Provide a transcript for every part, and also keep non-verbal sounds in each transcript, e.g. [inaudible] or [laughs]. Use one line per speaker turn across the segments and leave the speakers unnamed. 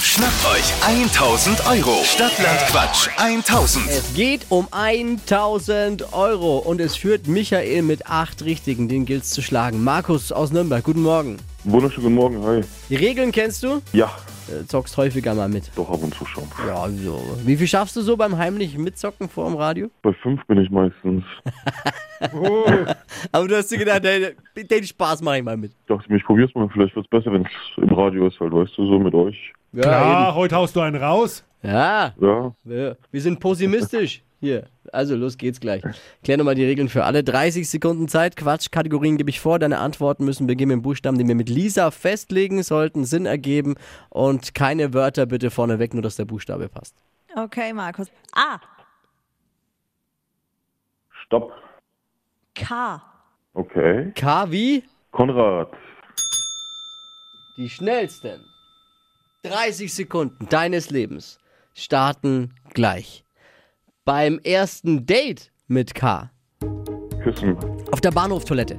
Schnappt euch 1000 Euro. Stadtland Quatsch 1000.
Es geht um 1000 Euro und es führt Michael mit acht Richtigen. Den gilt es zu schlagen. Markus aus Nürnberg, guten Morgen.
Wunderschönen guten Morgen, hi.
Die Regeln kennst du?
Ja,
Äh, zockst häufiger mal mit.
doch ab und zu schon.
Ja, so. Wie viel schaffst du so beim heimlichen Mitzocken vor dem Radio?
Bei fünf bin ich meistens.
Aber du hast dir gedacht, hey, den Spaß mache ich mal mit.
Ich dachte mir, ich probier's mal, vielleicht wird's besser, wenn's im Radio ist, halt, weißt du, so mit euch.
Ja,
Klar, heute haust du einen raus.
eben. ja
Ja,
wir, wir sind pessimistisch. Hier, also los geht's gleich. Klär nochmal die Regeln für alle. 30 Sekunden Zeit, Quatsch, Kategorien gebe ich vor. Deine Antworten müssen beginnen mit dem Buchstaben, den wir mit Lisa festlegen, sollten Sinn ergeben und keine Wörter bitte vorneweg, nur dass der Buchstabe passt.
Okay, Markus. Ah, A.
stopp.
K.
Okay.
K wie?
Konrad,
Die schnellsten 30 Sekunden deines Lebens starten gleich. Beim ersten Date mit K.
küssen.
Auf der Bahnhoftoilette.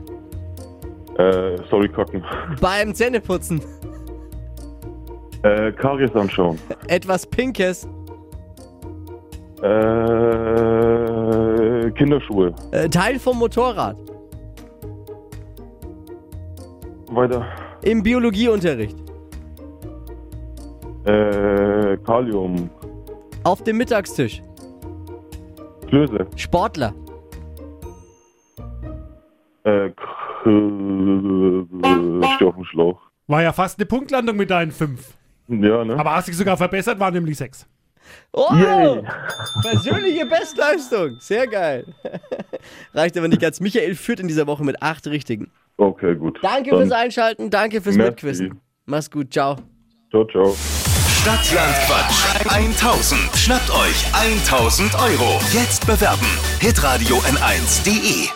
Äh, sorry, kacken.
Beim Zähneputzen.
Äh, Karies anschauen.
Etwas Pinkes.
Äh, Kinderschuhe.
Äh, Teil vom Motorrad.
Weiter.
Im Biologieunterricht.
Äh, Kalium.
Auf dem Mittagstisch.
Klöße.
Sportler.
Äh, Klöße. Steh auf dem Schlauch.
War ja fast eine Punktlandung mit deinen fünf.
Ja, ne?
Aber hast dich sogar verbessert, waren nämlich sechs.
Oh!
Yay.
[laughs] Persönliche Bestleistung. Sehr geil. [laughs] Reicht aber nicht ganz. Michael führt in dieser Woche mit acht Richtigen.
Okay, gut.
Danke
Dann
fürs Einschalten. Danke fürs
Merci.
Mitquissen. Mach's gut. Ciao.
Ciao, ciao.
Stadtland Quatsch 1000. Schnappt euch 1000 Euro. Jetzt bewerben. Hitradio N1.de.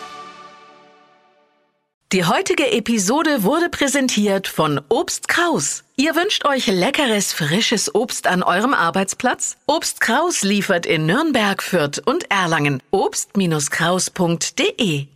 Die heutige Episode wurde präsentiert von Obst Kraus. Ihr wünscht euch leckeres, frisches Obst an eurem Arbeitsplatz? Obst Kraus liefert in Nürnberg, Fürth und Erlangen. Obst-Kraus.de